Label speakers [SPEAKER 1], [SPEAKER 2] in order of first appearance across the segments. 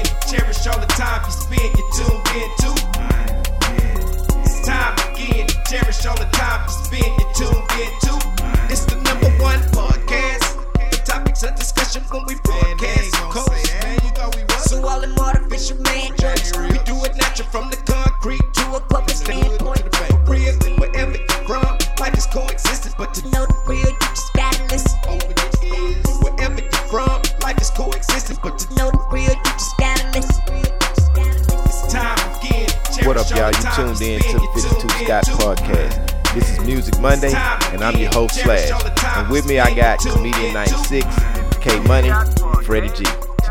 [SPEAKER 1] much all the time you spend, you tuned in too. It's time again to cherish all the time you spend, you tuned in too. This the number one podcast. The topics of discussion when we broadcast. of course. So all them artificial man jokes, we do it natural from the concrete to a public standpoint. For real, wherever you're from, life is coexistence, but to know the real, you just gotta listen. Wherever you're from, life is coexistence, but to know the real, you just gotta listen. It's time again.
[SPEAKER 2] What up, y'all? You tuned in to the 52 Scott podcast. This is Music Monday, and I'm your host, Slash. And with me, I got Comedian 96, K Money, Freddie G.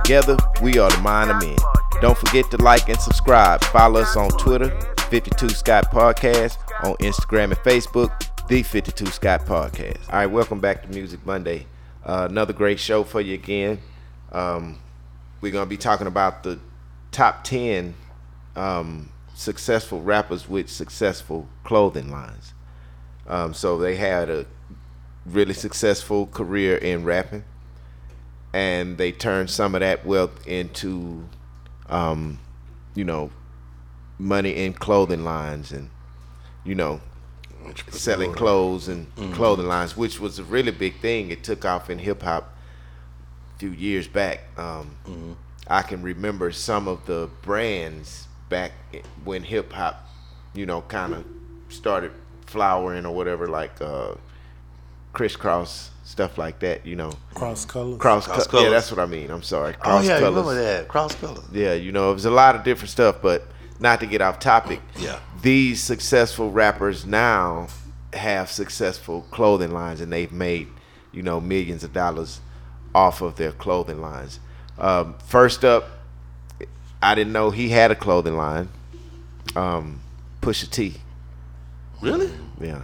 [SPEAKER 2] Together, we are the Mind of Men. Don't forget to like and subscribe. Follow us on Twitter, 52 Scott Podcast, on Instagram and Facebook, The 52 Scott Podcast. All right, welcome back to Music Monday. Uh, another great show for you again. Um, we're going to be talking about the top 10 um, successful rappers with successful clothing lines. Um, so they had a really successful career in rapping, and they turned some of that wealth into, um, you know, money in clothing lines and, you know, selling clothes and clothing lines, which was a really big thing. It took off in hip hop a few years back. Um, I can remember some of the brands back i- when hip hop, you know, kind of started flowering or whatever, like uh, crisscross stuff like that. You know,
[SPEAKER 3] Cross colors.
[SPEAKER 2] cross,
[SPEAKER 4] Cross
[SPEAKER 2] co- Yeah,
[SPEAKER 4] Colors.
[SPEAKER 2] that's what I mean. I'm sorry.
[SPEAKER 4] Oh
[SPEAKER 2] Cross
[SPEAKER 4] yeah, you
[SPEAKER 2] colors.
[SPEAKER 4] remember that cross colors?
[SPEAKER 2] Yeah, you know, it was a lot of different stuff, but not to get off topic.
[SPEAKER 4] Yeah.
[SPEAKER 2] These successful rappers now have successful clothing lines and they've made, you know, millions of dollars off of their clothing lines. Um, first up, I didn't know he had a clothing line. Um, Pusha T.
[SPEAKER 4] Really?
[SPEAKER 2] Yeah.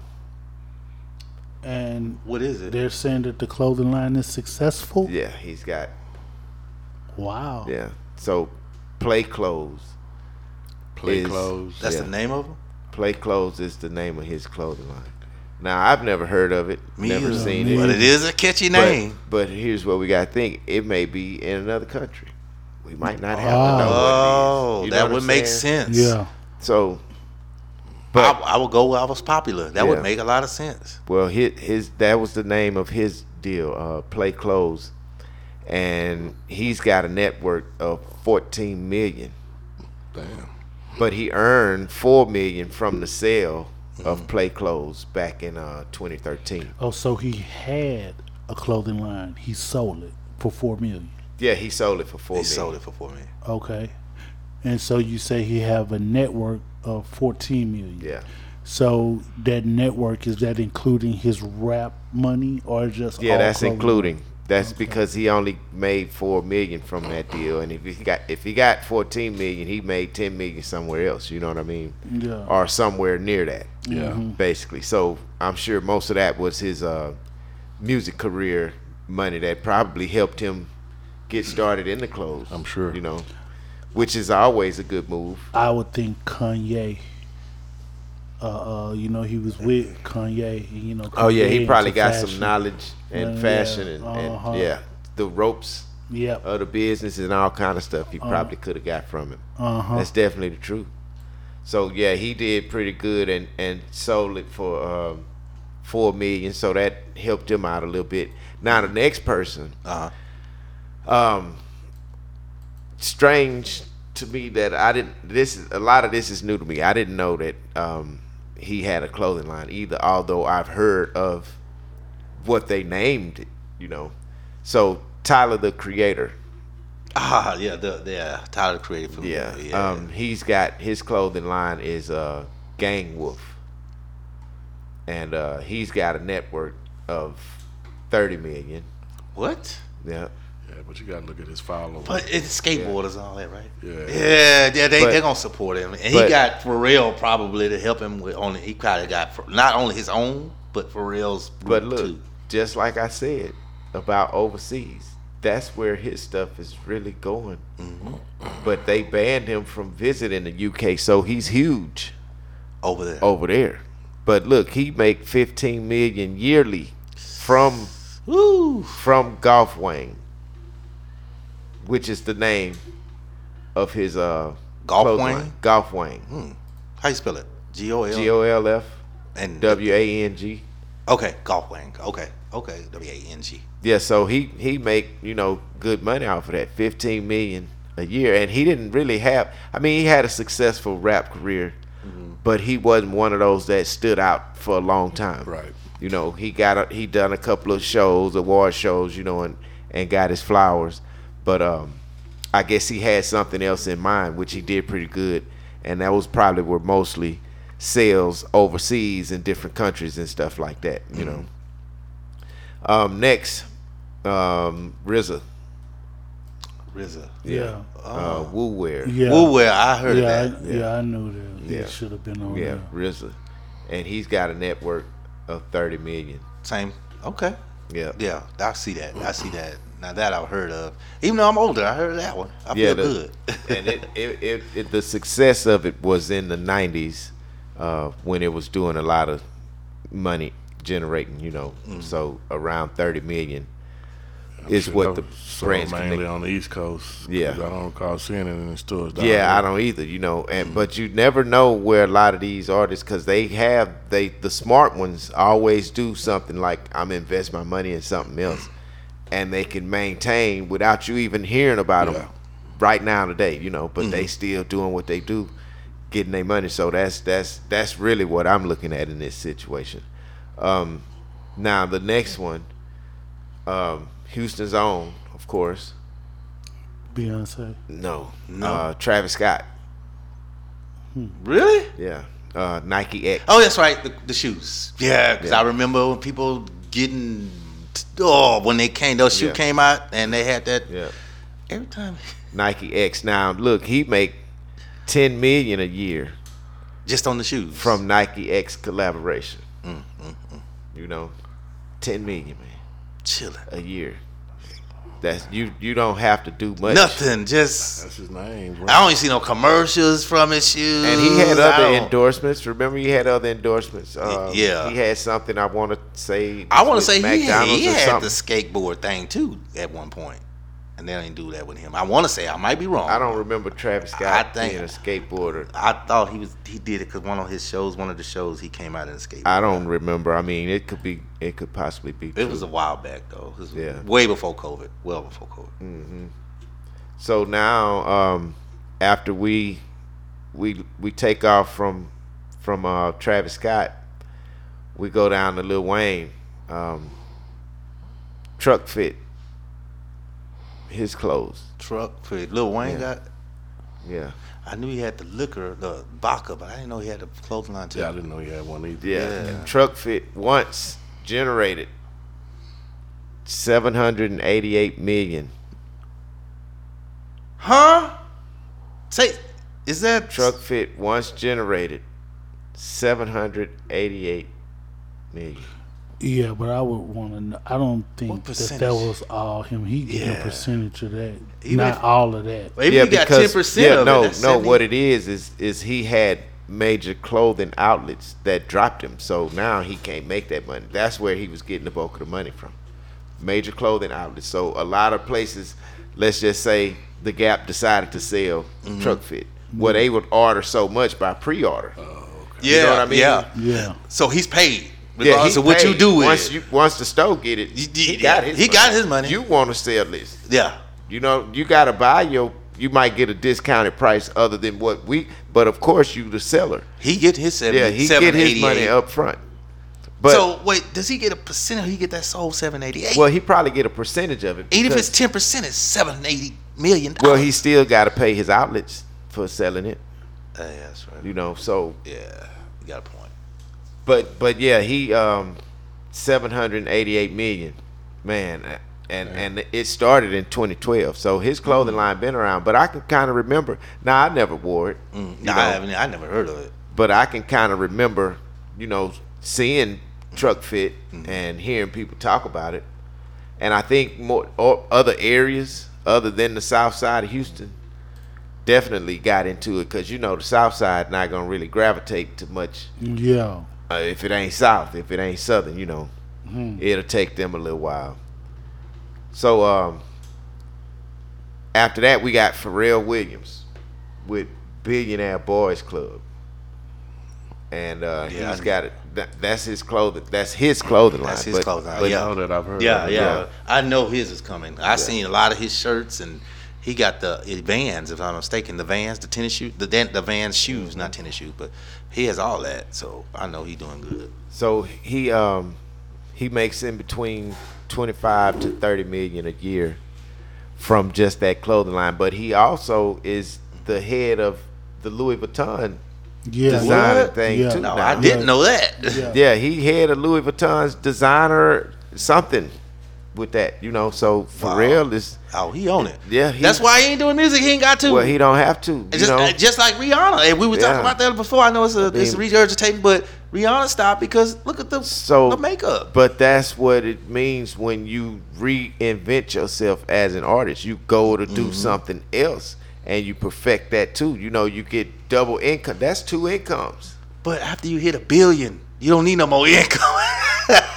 [SPEAKER 3] And
[SPEAKER 4] What is it?
[SPEAKER 3] they're saying that the clothing line is successful.
[SPEAKER 2] Yeah, he's got,
[SPEAKER 3] Wow.
[SPEAKER 2] yeah. So, Play Clothes.
[SPEAKER 4] Play
[SPEAKER 2] is-
[SPEAKER 4] clothes. That's
[SPEAKER 2] yeah.
[SPEAKER 4] the name of them.
[SPEAKER 2] Play Clothes is the name of his clothing line. Now I've never heard of it,
[SPEAKER 4] Me
[SPEAKER 2] never
[SPEAKER 4] either.
[SPEAKER 2] seen
[SPEAKER 3] Me
[SPEAKER 2] it.
[SPEAKER 4] But it is a catchy name.
[SPEAKER 2] But, but here's what we got to think: it may be in another country. We might not have
[SPEAKER 3] Oh.
[SPEAKER 2] to know
[SPEAKER 4] Oh,
[SPEAKER 2] what it is. You know
[SPEAKER 4] that
[SPEAKER 2] what
[SPEAKER 4] would
[SPEAKER 2] I'm
[SPEAKER 4] make
[SPEAKER 2] saying?
[SPEAKER 4] sense.
[SPEAKER 3] Yeah.
[SPEAKER 2] So,
[SPEAKER 4] I,
[SPEAKER 2] but
[SPEAKER 4] I would go where I was popular. That
[SPEAKER 2] Yeah.
[SPEAKER 4] would make a lot of sense.
[SPEAKER 2] well, his, his that was the name of his deal, uh, Play Clothes, and he's got a network of 14 million.
[SPEAKER 5] Damn.
[SPEAKER 2] But he earned four million from the sale
[SPEAKER 4] Mm-hmm.
[SPEAKER 2] of Play Clothes back in uh, 2013.
[SPEAKER 3] Oh, so he had a clothing line. He sold it for four million.
[SPEAKER 2] Yeah, he sold it for four
[SPEAKER 4] They
[SPEAKER 2] million.
[SPEAKER 4] sold it for four million.
[SPEAKER 3] Okay. And so you say he have a network of fourteen million.
[SPEAKER 2] Yeah.
[SPEAKER 3] So that network is that including his rap money or just
[SPEAKER 2] Yeah,
[SPEAKER 3] all
[SPEAKER 2] that's
[SPEAKER 3] clothing?
[SPEAKER 2] including. That's because he only made four million from that deal, and if he got if he got fourteen million, he made ten million somewhere else. You know what I mean?
[SPEAKER 3] Yeah. Mm-hmm.
[SPEAKER 2] Or somewhere near that,
[SPEAKER 5] Yeah.
[SPEAKER 2] basically. So I'm sure most of that was his uh, music career money that probably helped him get started in the clothes.
[SPEAKER 5] I'm sure.
[SPEAKER 2] You know, which is always a good move.
[SPEAKER 3] I would think Kanye. Uh, uh, you know, he was with Kanye. and, You know.
[SPEAKER 2] Oh yeah, he
[SPEAKER 3] Kanye
[SPEAKER 2] probably
[SPEAKER 3] into
[SPEAKER 2] got
[SPEAKER 3] fashion.
[SPEAKER 2] some knowledge and
[SPEAKER 3] Yeah,
[SPEAKER 2] fashion and,
[SPEAKER 3] uh-huh.
[SPEAKER 2] and yeah, the ropes.
[SPEAKER 3] Yep.
[SPEAKER 2] other business and all kind of stuff he probably could have got from him.
[SPEAKER 3] Uh-huh.
[SPEAKER 2] That's definitely the truth. So yeah, he did pretty good and and sold it for um, four million. So that helped him out a little bit. Now the next person,
[SPEAKER 4] Uh huh.
[SPEAKER 2] um, strange to me that I didn't. This is- a lot of this is new to me. I didn't know that um, he had a clothing line either. Although I've heard of what they named it, you know. So Tyler the Creator.
[SPEAKER 4] Ah, yeah, the, yeah. Tyler created for me.
[SPEAKER 2] Yeah.
[SPEAKER 4] yeah.
[SPEAKER 2] Um, he's got his clothing line is uh, Gang Wolf, and uh, he's got a network of thirty million.
[SPEAKER 4] what?
[SPEAKER 2] Yeah.
[SPEAKER 5] Yeah, but you gotta look at his following.
[SPEAKER 4] But it's skateboarders and all that, right?
[SPEAKER 5] Yeah.
[SPEAKER 4] yeah, yeah. They
[SPEAKER 2] But-
[SPEAKER 4] they're gonna support him, and
[SPEAKER 2] but-
[SPEAKER 4] he got Pharrell probably to help him with. Only he probably got Ph- not only his own, but Pharrell's.
[SPEAKER 2] But
[SPEAKER 4] group,
[SPEAKER 2] look,
[SPEAKER 4] too.
[SPEAKER 2] just like I said about overseas, that's where his stuff is really going.
[SPEAKER 4] Mm-hmm.
[SPEAKER 2] But they banned him from visiting the UK, so he's huge
[SPEAKER 4] over there.
[SPEAKER 2] over there. But look, he make fifteen million yearly from
[SPEAKER 4] Woo.
[SPEAKER 2] from Golf Wang, which is the name of his uh
[SPEAKER 4] Golf
[SPEAKER 2] clothesline.
[SPEAKER 4] Wang?
[SPEAKER 2] Golf Wang.
[SPEAKER 4] Hmm. How you spell it? G O L
[SPEAKER 2] G O L F
[SPEAKER 4] and
[SPEAKER 2] W A N G.
[SPEAKER 4] Okay, golf wing. Okay, okay. W A N G.
[SPEAKER 2] Yeah, so he he make you know good money off of that, fifteen million a year, and he didn't really have. I mean, he had a successful rap career, but he wasn't one of those that stood out for a long time.
[SPEAKER 5] Right.
[SPEAKER 2] You know, he got a, he done a couple of shows, award shows, you know, and and got his flowers, but um, I guess he had something else in mind, which he did pretty good, and that was probably where mostly sales overseas in different countries and stuff like that. You know. Um, next, um, RZA,
[SPEAKER 4] RZA.
[SPEAKER 3] Yeah.
[SPEAKER 2] uh, Wu Wear, yeah,
[SPEAKER 3] Yeah.
[SPEAKER 4] Well, well, I heard
[SPEAKER 3] yeah,
[SPEAKER 4] of that.
[SPEAKER 3] I, yeah, I knew that.
[SPEAKER 2] Yeah.
[SPEAKER 3] It should have been on there.
[SPEAKER 2] RZA, and he's got a network of thirty million.
[SPEAKER 4] Same. Okay.
[SPEAKER 2] Yeah,
[SPEAKER 4] Yeah, I see that. I see that. Now that I've heard of. Even though I'm older, I heard of that one. I
[SPEAKER 2] yeah.
[SPEAKER 4] feel
[SPEAKER 2] the-
[SPEAKER 4] good.
[SPEAKER 2] and it, it, it, it, the success of it was in the nineties, uh, when it was doing a lot of money generating. You know, so around thirty million is
[SPEAKER 5] Shit,
[SPEAKER 2] what
[SPEAKER 5] that
[SPEAKER 2] the
[SPEAKER 5] was sold
[SPEAKER 2] brands
[SPEAKER 5] mainly
[SPEAKER 2] connect-
[SPEAKER 5] on the East Coast. 'cause
[SPEAKER 2] Yeah.
[SPEAKER 5] I don't recall seeing it in the stores. down
[SPEAKER 2] Yeah,
[SPEAKER 5] here.
[SPEAKER 2] I don't either. You know, and but you never know where a lot of these artists, because they have they the smart ones always do something like I'm invest my money in something else, and they can maintain without you even hearing about
[SPEAKER 5] Yeah.
[SPEAKER 2] them right now today. You know, but they still doing what they do, getting their money. So that's that's that's really what I'm looking at in this situation. Um, now the next one, um, Houston's own, of course.
[SPEAKER 3] Beyonce.
[SPEAKER 2] No, no. Uh, Travis Scott.
[SPEAKER 4] really?
[SPEAKER 2] Yeah. Uh, Nike X.
[SPEAKER 4] Oh, that's right. The, the shoes. Yeah, because I remember when people getting. Oh, when they came, those shoe
[SPEAKER 2] Yeah.
[SPEAKER 4] came out and they had that.
[SPEAKER 2] Yeah.
[SPEAKER 4] Every time,
[SPEAKER 2] Nike X. Now look, he make ten million a year
[SPEAKER 4] just on the shoes.
[SPEAKER 2] from Nike X collaboration. Mm, You know, ten million man
[SPEAKER 4] chilling.
[SPEAKER 2] a year. That's you. You don't have to do much.
[SPEAKER 4] Nothing. Just
[SPEAKER 5] That's his name. bro.
[SPEAKER 4] I don't even see no commercials from his shoes.
[SPEAKER 2] And he had
[SPEAKER 4] I
[SPEAKER 2] other
[SPEAKER 4] don't-
[SPEAKER 2] endorsements. Remember, he had other endorsements. Uh,
[SPEAKER 4] yeah.
[SPEAKER 2] he had something. I want to say.
[SPEAKER 4] I want
[SPEAKER 2] with
[SPEAKER 4] to say he had,
[SPEAKER 2] McDonald's
[SPEAKER 4] he
[SPEAKER 2] or
[SPEAKER 4] had the
[SPEAKER 2] something.
[SPEAKER 4] skateboard thing too at one point, and they didn't do that with him. I want to say I might be wrong.
[SPEAKER 2] I don't remember Travis Scott
[SPEAKER 4] I think-
[SPEAKER 2] being a skateboarder.
[SPEAKER 4] I thought he was he did it because one of his shows, one of the shows, he came out in a skateboard.
[SPEAKER 2] I don't remember. I mean, it could be. It could possibly be.
[SPEAKER 4] it
[SPEAKER 2] true.
[SPEAKER 4] was a while back though. It was
[SPEAKER 2] Yeah. Mm.
[SPEAKER 4] way before COVID. Well before COVID.
[SPEAKER 2] So now, um, after we we we take off from from uh, Travis Scott, we go down to Lil Wayne, um, truck fit, his clothes.
[SPEAKER 4] Truck for Lil Wayne got.
[SPEAKER 2] Yeah,
[SPEAKER 4] I knew he had the liquor, the vodka, but I didn't know he had the clothesline too.
[SPEAKER 5] Yeah, I didn't know he had one either.
[SPEAKER 2] yeah. And truck fit once generated seven hundred and eighty-eight million.
[SPEAKER 4] Huh? Say, is that
[SPEAKER 2] Truck fit once generated seven hundred eighty-eight million.
[SPEAKER 3] Yeah, but I would want to. know. I don't think that that
[SPEAKER 4] percentage?
[SPEAKER 3] was all him. He getting
[SPEAKER 4] Yeah.
[SPEAKER 3] a percentage of that,
[SPEAKER 4] He
[SPEAKER 3] not
[SPEAKER 4] went-
[SPEAKER 3] all of that.
[SPEAKER 4] Maybe he got ten percent
[SPEAKER 2] yeah,
[SPEAKER 4] of
[SPEAKER 2] no,
[SPEAKER 4] it. That's
[SPEAKER 2] no.
[SPEAKER 4] 70.
[SPEAKER 2] What it is is is he had major clothing outlets that dropped him, so now he can't make that money. That's where he was getting the bulk of the money from. Major clothing outlets. So a lot of places, let's just say, the Gap decided to sell
[SPEAKER 4] Mm-hmm.
[SPEAKER 2] Truck Fit. Well, they would order so much by pre-order.
[SPEAKER 4] Uh, Yeah,
[SPEAKER 2] know what I mean?
[SPEAKER 4] yeah.
[SPEAKER 3] Yeah,
[SPEAKER 4] So he's paid regardless of what you
[SPEAKER 2] paid.
[SPEAKER 4] do with
[SPEAKER 2] once
[SPEAKER 4] it.
[SPEAKER 2] you once the store get it,
[SPEAKER 4] You-
[SPEAKER 2] he
[SPEAKER 4] you-
[SPEAKER 2] got his
[SPEAKER 4] he
[SPEAKER 2] money.
[SPEAKER 4] got his money.
[SPEAKER 2] You want to sell this?
[SPEAKER 4] yeah,
[SPEAKER 2] You know, you gotta buy your. You might get a discounted price other than what we, but of course you the seller.
[SPEAKER 4] he get his seven.
[SPEAKER 2] Yeah, he get his money
[SPEAKER 4] 788.
[SPEAKER 2] up front. But
[SPEAKER 4] so wait, does he get a percent? Or he get that sold seven eighty eight.
[SPEAKER 2] well, he probably get a percentage of it.
[SPEAKER 4] Even if
[SPEAKER 2] because-
[SPEAKER 4] it's ten percent, it's seven eighty million.
[SPEAKER 2] well, he still gotta pay his outlets for selling it.
[SPEAKER 4] Uh, yeah, that's right.
[SPEAKER 2] You know, so
[SPEAKER 4] Yeah, you got a point.
[SPEAKER 2] but but yeah, he um, seven hundred eighty eight million, man, uh, and and it started in twenty twelve. So his
[SPEAKER 4] Mm-hmm.
[SPEAKER 2] clothing line been around, but I can kind of remember. Now I never wore it.
[SPEAKER 4] Mm,
[SPEAKER 2] you
[SPEAKER 4] nah, I
[SPEAKER 2] know.
[SPEAKER 4] haven't. I never heard of it.
[SPEAKER 2] but I can kind of remember, you know, seeing Truck Fit and hearing people talk about it. And I think more or other areas other than the South Side of Houston definitely got into it because you know the South Side not gonna really gravitate to much
[SPEAKER 3] yeah.
[SPEAKER 2] uh, if it ain't South, if it ain't Southern, you know,
[SPEAKER 4] Hmm.
[SPEAKER 2] it'll take them a little while. So um, After that, we got Pharrell Williams with Billionaire Boys Club, and uh,
[SPEAKER 4] Yeah,
[SPEAKER 2] he's
[SPEAKER 4] I-
[SPEAKER 2] got it. that- That's his clothing. That's his clothing line.
[SPEAKER 4] That's his
[SPEAKER 2] but-
[SPEAKER 4] clothing line,
[SPEAKER 2] but
[SPEAKER 5] I
[SPEAKER 4] yeah.
[SPEAKER 5] know that I've heard.
[SPEAKER 4] Yeah,
[SPEAKER 5] of it.
[SPEAKER 4] yeah. I know his is coming. I seen a lot of his shirts, and he got the Vans, if I'm not mistaken, the Vans, the tennis shoes, the dan- the Vans shoes, not tennis shoes, but he has all that. So I know he doing good.
[SPEAKER 2] So he um he makes in between 25 to 30 million a year from just that clothing line, but he also is the head of the Louis Vuitton
[SPEAKER 3] Yeah.
[SPEAKER 2] designer
[SPEAKER 4] What?
[SPEAKER 2] thing
[SPEAKER 3] Yeah.
[SPEAKER 2] too.
[SPEAKER 4] No,
[SPEAKER 2] now.
[SPEAKER 4] I didn't know that.
[SPEAKER 3] Yeah.
[SPEAKER 2] Yeah, he head of Louis Vuitton's designer something with that, you know. So for
[SPEAKER 4] Wow.
[SPEAKER 2] real is
[SPEAKER 4] Oh, he on it.
[SPEAKER 2] Yeah, he-
[SPEAKER 4] that's why he ain't doing music. He ain't got to.
[SPEAKER 2] well, he don't have to, you
[SPEAKER 4] It's just,
[SPEAKER 2] know.
[SPEAKER 4] uh, just like Rihanna, and we were
[SPEAKER 2] Yeah.
[SPEAKER 4] talking about that before. I know it's a it's
[SPEAKER 2] mean-
[SPEAKER 4] regurgitating, but Rihanna stopped because look at the
[SPEAKER 2] So
[SPEAKER 4] the makeup.
[SPEAKER 2] But that's what it means when you reinvent yourself as an artist. You go to
[SPEAKER 4] Mm-hmm.
[SPEAKER 2] do something else and you perfect that too. You know, you get double income. That's two incomes.
[SPEAKER 4] But after you hit a billion, you don't need no more income.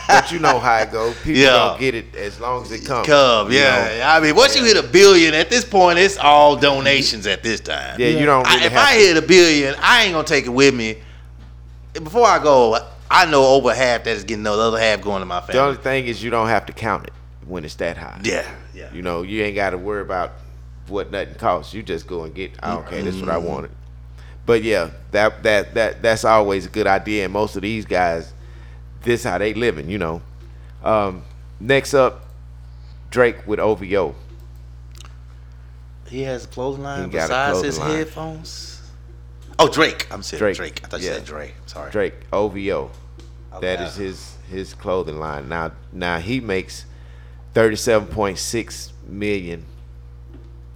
[SPEAKER 2] But you know how it goes. People
[SPEAKER 4] Yeah.
[SPEAKER 2] don't get it as long as it comes. Oh,
[SPEAKER 4] Come,
[SPEAKER 2] you
[SPEAKER 4] yeah.
[SPEAKER 2] know?
[SPEAKER 4] I mean, once you hit a billion, at this point, it's all donations at this time.
[SPEAKER 2] Yeah, you don't
[SPEAKER 4] I-
[SPEAKER 2] really
[SPEAKER 4] if
[SPEAKER 2] have
[SPEAKER 4] I hit a billion, I ain't gonna take it with me. Before I go, I know over half that is getting the other half going to my
[SPEAKER 2] the only
[SPEAKER 4] family.
[SPEAKER 2] thing is you don't have to count it when it's that high.
[SPEAKER 4] Yeah, yeah.
[SPEAKER 2] You know, you ain't got to worry about what nothing costs. You just go and get. "Oh, Okay, that's what I wanted. But yeah, that that that that's always a good idea. And most of these guys, this how they living. You know. Um, next up, Drake with OVO.
[SPEAKER 4] He has a clothesline
[SPEAKER 2] He got a
[SPEAKER 4] besides his
[SPEAKER 2] clothesline.
[SPEAKER 4] headphones. Oh, Drake. I'm saying
[SPEAKER 2] Drake,
[SPEAKER 4] Drake. I thought
[SPEAKER 2] yeah.
[SPEAKER 4] you said Dre. Sorry.
[SPEAKER 2] Drake OVO.
[SPEAKER 4] I
[SPEAKER 2] That
[SPEAKER 4] lied.
[SPEAKER 2] is his his clothing line. Now now he makes thirty seven point six million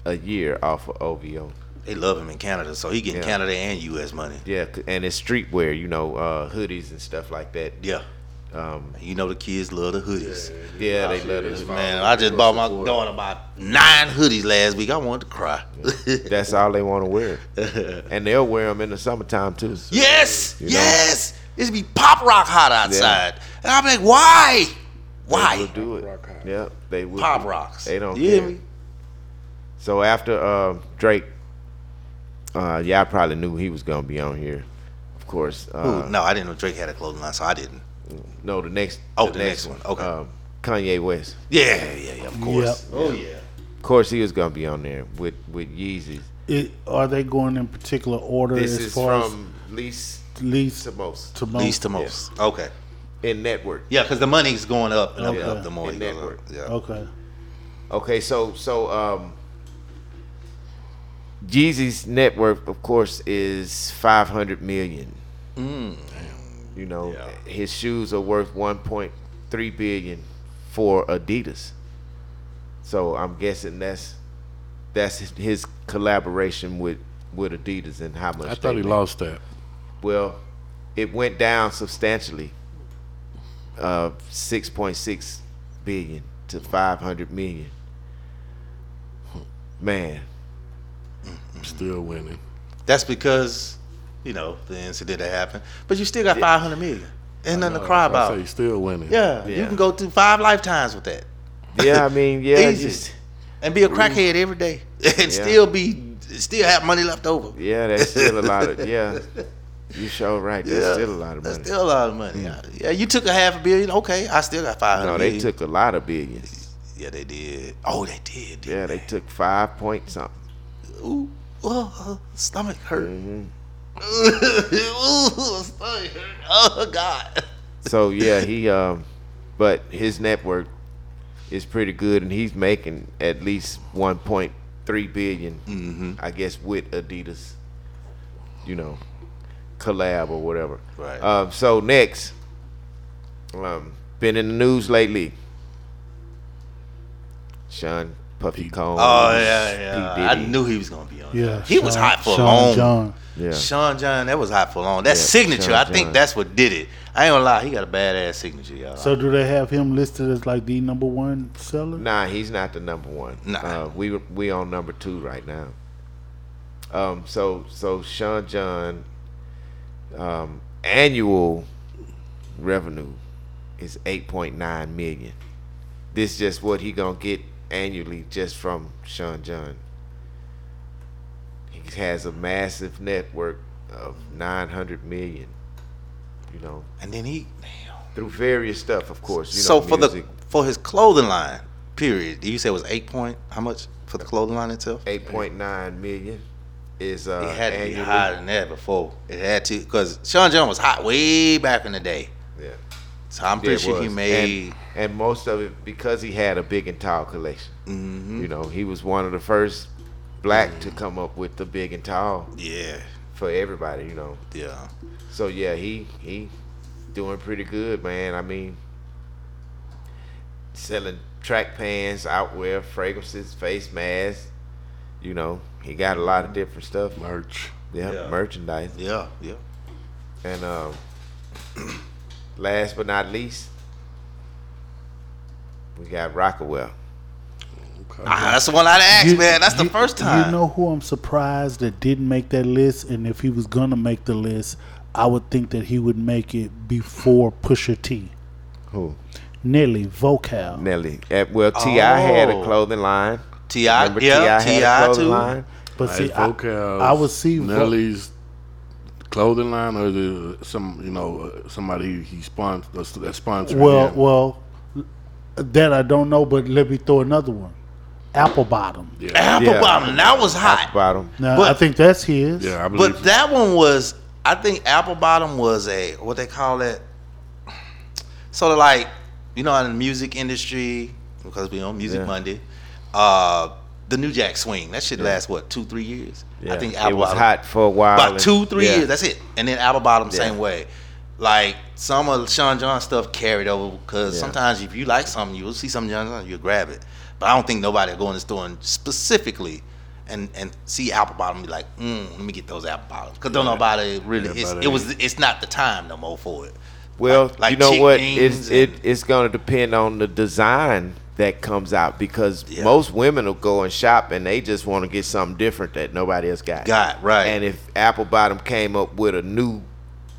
[SPEAKER 2] a year off of OVO.
[SPEAKER 4] They love him in Canada, so he getting
[SPEAKER 2] Yeah.
[SPEAKER 4] Canada and U.S. money.
[SPEAKER 2] Yeah, c- and it's streetwear. You know, uh, hoodies and stuff like that.
[SPEAKER 4] Yeah.
[SPEAKER 2] Um,
[SPEAKER 4] You know the kids love the hoodies.
[SPEAKER 2] yeah, they love it.
[SPEAKER 4] Man, I just bought my daughter about nine hoodies last week. I wanted to cry.
[SPEAKER 2] That's all they want to wear, and they'll wear them in the summertime too.
[SPEAKER 4] yes,
[SPEAKER 2] You know?
[SPEAKER 4] yes. It's be pop rock hot outside, and I'm like, why,
[SPEAKER 2] They
[SPEAKER 4] why
[SPEAKER 2] will do it. Yeah, they will.
[SPEAKER 4] pop
[SPEAKER 2] do it.
[SPEAKER 4] rocks?
[SPEAKER 2] They don't
[SPEAKER 4] You hear
[SPEAKER 2] care.
[SPEAKER 4] me?
[SPEAKER 2] So after uh, Drake, uh, yeah, I probably knew he was gonna be on here. Of course, uh,
[SPEAKER 4] Ooh, no, I didn't know Drake had a clothing line, so I didn't.
[SPEAKER 2] no, the next.
[SPEAKER 4] Oh, the next one. Okay.
[SPEAKER 2] um, Kanye West.
[SPEAKER 4] Yeah, yeah, yeah. Of course.
[SPEAKER 3] Yep.
[SPEAKER 4] Oh yeah.
[SPEAKER 2] Of course, he was gonna be on there with with Yeezys.
[SPEAKER 3] It, are they going in particular order
[SPEAKER 2] This
[SPEAKER 3] as
[SPEAKER 2] is
[SPEAKER 3] far
[SPEAKER 2] from least
[SPEAKER 3] as least
[SPEAKER 2] to
[SPEAKER 3] to,
[SPEAKER 2] most
[SPEAKER 3] most?
[SPEAKER 4] Least to most. Okay.
[SPEAKER 2] in network.
[SPEAKER 4] Yeah, because the money's going up and up and
[SPEAKER 3] Okay.
[SPEAKER 4] up the more
[SPEAKER 2] In
[SPEAKER 4] it goes
[SPEAKER 2] network.
[SPEAKER 4] up. Yeah.
[SPEAKER 3] Okay.
[SPEAKER 2] Okay, so so um Jeezy's net worth of course is 500 million. You know,
[SPEAKER 4] Yeah.
[SPEAKER 2] his shoes are worth 1.3 billion for Adidas. So I'm guessing that's that's his collaboration with with Adidas and how much
[SPEAKER 5] I thought
[SPEAKER 2] they
[SPEAKER 5] he
[SPEAKER 2] make.
[SPEAKER 5] lost that.
[SPEAKER 2] Well, it went down substantially. Uh, 6.6 billion to 500 million. Man,
[SPEAKER 5] Still winning.
[SPEAKER 4] That's because, you know, the incident that happened. But you still got 500 million. Ain't nothing to cry
[SPEAKER 5] I
[SPEAKER 4] about.
[SPEAKER 5] say still winning.
[SPEAKER 4] yeah,
[SPEAKER 2] Yeah.
[SPEAKER 4] you can go through five lifetimes with that
[SPEAKER 2] yeah, I mean, yeah,
[SPEAKER 4] Easy.
[SPEAKER 2] just-
[SPEAKER 4] and be a crackhead every day and still be, still have money left over.
[SPEAKER 2] yeah, that's still a lot of yeah. You sure right? That's
[SPEAKER 4] Yeah.
[SPEAKER 2] still a lot of
[SPEAKER 4] That's
[SPEAKER 2] money. Mm.
[SPEAKER 4] still a lot of money. Yeah, you took a half a billion. Okay, I still got 500
[SPEAKER 2] no, they
[SPEAKER 4] million.
[SPEAKER 2] took a lot of billions.
[SPEAKER 4] Yeah, they did. Oh, they did.
[SPEAKER 2] Yeah,
[SPEAKER 4] didn't
[SPEAKER 2] they took five point something.
[SPEAKER 4] Ooh, oh, stomach hurt.
[SPEAKER 3] Mm-hmm.
[SPEAKER 4] Ooh, stomach hurt. Oh, God.
[SPEAKER 2] So yeah, he um, but his network is pretty good, and he's making at least one point three
[SPEAKER 4] Mm-hmm.
[SPEAKER 2] I guess, with Adidas. You know, collab or whatever.
[SPEAKER 4] Right.
[SPEAKER 2] Um, so next, um, been in the news lately. Sean Puffy Combs.
[SPEAKER 4] Oh yeah, yeah.
[SPEAKER 2] P.
[SPEAKER 4] I
[SPEAKER 2] Diddy.
[SPEAKER 4] knew he was gonna be on.
[SPEAKER 3] Yeah.
[SPEAKER 4] Yeah, he was
[SPEAKER 3] Sean-
[SPEAKER 4] hot for
[SPEAKER 3] Sean
[SPEAKER 4] long.
[SPEAKER 3] John.
[SPEAKER 2] Yeah.
[SPEAKER 4] Sean John, that was hot for long. That
[SPEAKER 2] Yeah,
[SPEAKER 4] signature,
[SPEAKER 2] Sean
[SPEAKER 4] I
[SPEAKER 2] John.
[SPEAKER 4] think that's what did it. I ain't gonna lie, he got a badass signature, y'all.
[SPEAKER 3] So do they have him listed as like the number one seller?
[SPEAKER 2] Nah, he's not the number one.
[SPEAKER 4] Nah.
[SPEAKER 2] Uh, we we on number two right now. Um, so so Sean John, um, annual revenue is eight point nine million. This just what he gonna get annually just from Sean John has a massive network of 900 million. You know,
[SPEAKER 4] And then he, damn.
[SPEAKER 2] through various stuff, of course. You
[SPEAKER 4] so
[SPEAKER 2] know,
[SPEAKER 4] for the
[SPEAKER 2] music,
[SPEAKER 4] for his clothing line, period. You said it was eight point. How much for the clothing line itself?
[SPEAKER 2] 8.9 million is uh,
[SPEAKER 4] It had to be
[SPEAKER 2] annually.
[SPEAKER 4] higher than that before. It had to because Sean John was hot way back in the day.
[SPEAKER 2] Yeah.
[SPEAKER 4] So I'm
[SPEAKER 2] Yeah,
[SPEAKER 4] pretty
[SPEAKER 2] it
[SPEAKER 4] sure he
[SPEAKER 2] was.
[SPEAKER 4] made.
[SPEAKER 2] and, and most of it because he had a big and tall collection.
[SPEAKER 4] Mhm.
[SPEAKER 2] You know, he was one of the first black to
[SPEAKER 4] Mm-hmm.
[SPEAKER 2] come up with the big and tall
[SPEAKER 4] yeah,
[SPEAKER 2] for everybody. You know,
[SPEAKER 4] yeah.
[SPEAKER 2] so yeah, he he doing pretty good, man. I mean, selling track pants, outwear, fragrances, face masks. You know, he got a lot of different stuff.
[SPEAKER 5] Merch.
[SPEAKER 2] Yeah,
[SPEAKER 4] Yeah.
[SPEAKER 2] merchandise.
[SPEAKER 4] Yeah, yeah.
[SPEAKER 2] And um, last but not least, we got Rockawell.
[SPEAKER 5] Okay.
[SPEAKER 4] Ah, that's the one I'd asked,
[SPEAKER 3] You-
[SPEAKER 4] man. That's the
[SPEAKER 3] you-
[SPEAKER 4] first time.
[SPEAKER 3] You know who I'm surprised that didn't make that list, and if he was gonna make the list, I would think that he would make it before Pusha T.
[SPEAKER 2] Who?
[SPEAKER 3] Nelly Vocal.
[SPEAKER 2] Nelly. At, well, Ti had a
[SPEAKER 4] Oh.
[SPEAKER 2] clothing line.
[SPEAKER 4] Ti,
[SPEAKER 2] Remember
[SPEAKER 4] yeah,
[SPEAKER 2] Ti had a
[SPEAKER 4] Ti
[SPEAKER 2] clothing
[SPEAKER 4] too.
[SPEAKER 2] line.
[SPEAKER 3] But see, I,
[SPEAKER 5] vocals,
[SPEAKER 3] I would see vo-
[SPEAKER 5] Nelly's clothing line or the some you know uh, somebody he sponsored that sponsored.
[SPEAKER 3] well,
[SPEAKER 5] him.
[SPEAKER 3] well, that I don't know. But let me throw another one. Apple Bottom.
[SPEAKER 5] yeah,
[SPEAKER 4] Apple
[SPEAKER 2] Yeah.
[SPEAKER 4] Bottom, that was hot.
[SPEAKER 2] Bottom.
[SPEAKER 3] Now
[SPEAKER 4] But-
[SPEAKER 3] I think that's his.
[SPEAKER 5] yeah, I believe.
[SPEAKER 4] But that one was, I think Apple Bottom was a what they call it, sort of like you know in the music industry because we on Music
[SPEAKER 2] Yeah.
[SPEAKER 4] Monday, uh, the New Jack Swing. That shit lasts what two three years.
[SPEAKER 2] Yeah.
[SPEAKER 4] I think
[SPEAKER 2] it
[SPEAKER 4] Apple
[SPEAKER 2] was
[SPEAKER 4] Bottom,
[SPEAKER 2] hot for a while.
[SPEAKER 4] about
[SPEAKER 2] and-
[SPEAKER 4] two three
[SPEAKER 2] yeah.
[SPEAKER 4] years. That's it. And then Apple Bottom
[SPEAKER 2] Yeah.
[SPEAKER 4] same way. Like some of Sean John stuff carried over because
[SPEAKER 2] Yeah.
[SPEAKER 4] sometimes if you like something, you'll see something Sean John, you'll grab it. But I don't think nobody will go in the store and specifically and and see apple bottom and be like, mm, let me get those apple bottoms because don't nobody really. It's,
[SPEAKER 5] Everybody-
[SPEAKER 4] it was it's not the time no more for it.
[SPEAKER 2] Well,
[SPEAKER 4] like
[SPEAKER 2] you know
[SPEAKER 4] chick
[SPEAKER 2] what?
[SPEAKER 4] jeans
[SPEAKER 2] It's it,
[SPEAKER 4] and-
[SPEAKER 2] it's going to depend on the design that comes out because
[SPEAKER 4] Yeah.
[SPEAKER 2] most women will go and shop and they just want to get something different that nobody else got.
[SPEAKER 4] Got right.
[SPEAKER 2] And if Apple Bottom came up with a new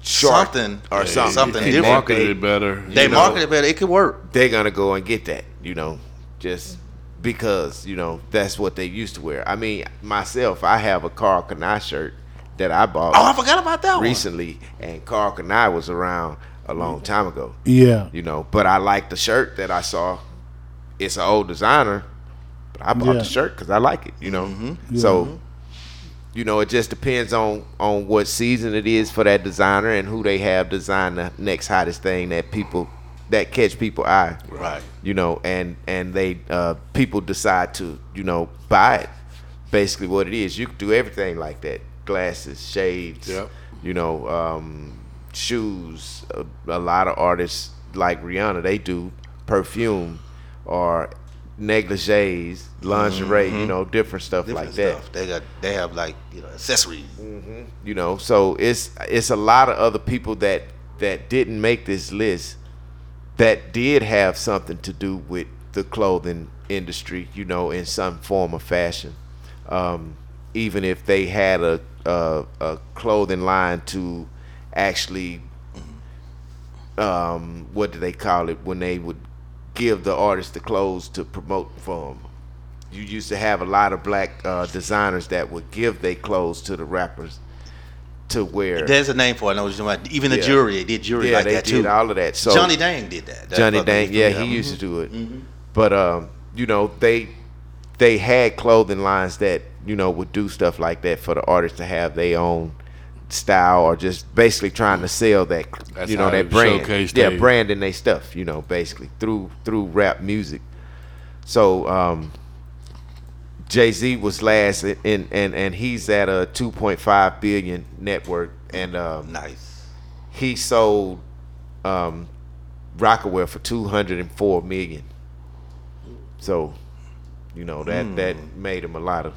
[SPEAKER 2] shark
[SPEAKER 4] Something-
[SPEAKER 2] or
[SPEAKER 4] Yeah,
[SPEAKER 2] something,
[SPEAKER 4] something
[SPEAKER 2] and
[SPEAKER 5] he
[SPEAKER 4] different.
[SPEAKER 5] marketed
[SPEAKER 2] They,
[SPEAKER 5] it better.
[SPEAKER 4] they
[SPEAKER 5] you know.
[SPEAKER 4] market it better. It could work.
[SPEAKER 2] they're gonna go and get that, you know, just because you know that's what they used to wear. I mean, myself, I have a Carl Kanai shirt that I bought
[SPEAKER 4] Oh, I forgot about that
[SPEAKER 2] recently, and Carl Kanai was around a long time ago,
[SPEAKER 3] Yeah.
[SPEAKER 2] you know. But I like the shirt that I saw. It's an old designer, but I bought
[SPEAKER 3] Yeah.
[SPEAKER 2] the shirt because I like it, you know.
[SPEAKER 4] Mm-hmm.
[SPEAKER 2] So. You know, it just depends on on what season it is for that designer and who they have design the next hottest thing that people that catch people eye
[SPEAKER 4] one. Right.
[SPEAKER 2] you know, and and they uh, people decide to you know buy it. Basically, what it is, you can do everything like that: glasses, shades,
[SPEAKER 5] Yep.
[SPEAKER 2] you know, um, shoes. A, a lot of artists like Rihanna, they do perfume or negligees, lingerie, you know, different stuff
[SPEAKER 4] Mm-hmm. Different
[SPEAKER 2] like that.
[SPEAKER 4] stuff. They got they have like you know accessories.
[SPEAKER 2] You know, so it's it's a lot of other people that that didn't make this list that did have something to do with the clothing industry, you know, in some form or fashion. Um, even if they had a, a a clothing line to actually, um, what do they call it when they would give the artist the clothes to promote for 'em? You used to have a lot of black uh, designers that would give their clothes to the rappers to wear.
[SPEAKER 4] There's a name for it. I know what you're talking about. Even the
[SPEAKER 2] Yeah.
[SPEAKER 4] jury, they did jury
[SPEAKER 2] yeah,
[SPEAKER 4] like
[SPEAKER 2] they
[SPEAKER 4] that
[SPEAKER 2] did
[SPEAKER 4] too.
[SPEAKER 2] all of that. So
[SPEAKER 4] Johnny Dang did that. That
[SPEAKER 2] Johnny
[SPEAKER 4] fucking
[SPEAKER 2] Dang, yeah,
[SPEAKER 4] film.
[SPEAKER 2] he used to do it.
[SPEAKER 5] Mm-hmm.
[SPEAKER 2] But um, you know, they they had clothing lines that you know would do stuff like that for the artists to have their own style or just basically trying to sell that
[SPEAKER 5] That's
[SPEAKER 2] you know
[SPEAKER 5] how
[SPEAKER 2] that
[SPEAKER 5] they
[SPEAKER 2] brand,
[SPEAKER 5] showcased
[SPEAKER 2] yeah,
[SPEAKER 5] they-
[SPEAKER 2] branding they stuff, you know, basically through through rap music. So um, Jay Z was last, in- and and and he's at a 2.5 billion network, and um,
[SPEAKER 4] Nice.
[SPEAKER 2] he sold um, Rockaway for two hundred and four million. So, you know that that made him a lot of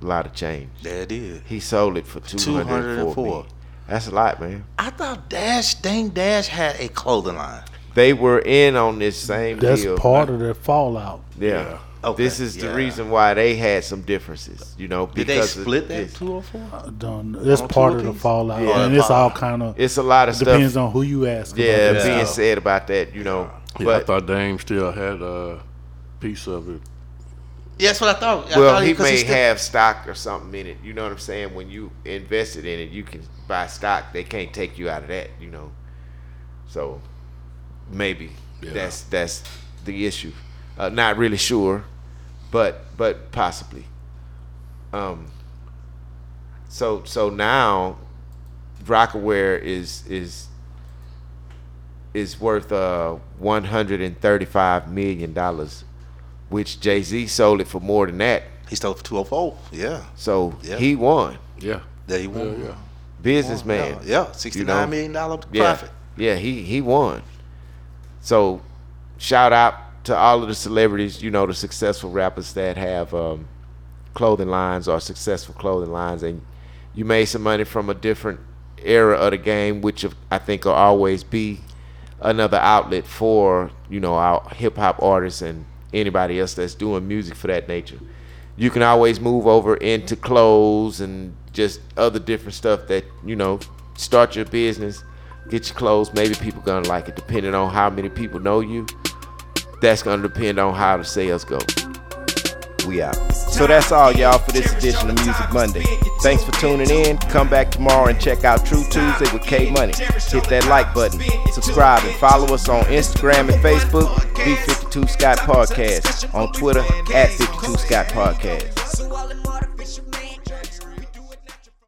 [SPEAKER 2] a lot of change.
[SPEAKER 4] There it is.
[SPEAKER 2] He sold it for two hundred and
[SPEAKER 4] 204.
[SPEAKER 2] four million. That's a lot, man.
[SPEAKER 4] I thought Dash Dang Dash had a clothing line.
[SPEAKER 2] They were in on this same
[SPEAKER 3] That's
[SPEAKER 2] deal.
[SPEAKER 3] part of the fallout.
[SPEAKER 2] yeah.
[SPEAKER 4] Yeah. Okay,
[SPEAKER 2] This is
[SPEAKER 4] yeah.
[SPEAKER 2] the reason why they had some differences, you know.
[SPEAKER 4] Did
[SPEAKER 2] Because
[SPEAKER 4] they
[SPEAKER 2] of
[SPEAKER 4] split that
[SPEAKER 2] this.
[SPEAKER 4] two or four?
[SPEAKER 3] I don't- Uh, That's
[SPEAKER 4] On two
[SPEAKER 3] part of the
[SPEAKER 4] apiece?
[SPEAKER 3] fallout,
[SPEAKER 4] Yeah.
[SPEAKER 3] and it's all kind of
[SPEAKER 2] It's a lot of stuff.
[SPEAKER 3] depends on who you ask. about
[SPEAKER 2] yeah,
[SPEAKER 3] that
[SPEAKER 2] being
[SPEAKER 3] stuff.
[SPEAKER 2] said about that, you know.
[SPEAKER 5] Yeah, I
[SPEAKER 2] but
[SPEAKER 5] thought Dame still had a piece of it.
[SPEAKER 4] Yeah, that's what I thought. I
[SPEAKER 2] well,
[SPEAKER 4] thought
[SPEAKER 2] he
[SPEAKER 4] 'cause
[SPEAKER 2] may
[SPEAKER 4] still-
[SPEAKER 2] have stock or something in it. You know what I'm saying? When you invested in it, you can buy stock. They can't take you out of that. You know, so maybe
[SPEAKER 5] Yeah.
[SPEAKER 2] that's that's the issue. Uh, not really sure, but but possibly. Um. So so now, Rockaware is is is worth uh 135 million dollars, which Jay Z sold it for more than that.
[SPEAKER 4] He stole for 204. Yeah.
[SPEAKER 2] So
[SPEAKER 4] Yeah.
[SPEAKER 2] he won.
[SPEAKER 5] Yeah.
[SPEAKER 4] There he won.
[SPEAKER 5] yeah.
[SPEAKER 2] Businessman.
[SPEAKER 4] Yeah, yeah, sixty
[SPEAKER 2] You know?
[SPEAKER 4] nine million dollar
[SPEAKER 2] Yeah.
[SPEAKER 4] profit.
[SPEAKER 2] Yeah, he, he won. So shout out to all of the celebrities, you know, the successful rappers that have um, clothing lines or successful clothing lines and you made some money from a different era of the game, which of- I think will always be another outlet for, you know, our hip hop artists and anybody else that's doing music for that nature. You can always move over into clothes and just other different stuff that, you know, start your business, get your clothes, maybe people gonna like it depending on how many people know you. That's gonna depend on how the sales go. We out. So that's all, y'all, for this edition of Music Monday. Thanks for tuning in. Come back tomorrow and check out True Tuesday with K Money. Hit that like button, subscribe, and follow us on Instagram and Facebook, B52 Scott Podcast, on Twitter, at 52 Scott Podcast.
[SPEAKER 6] So all them motherfuckers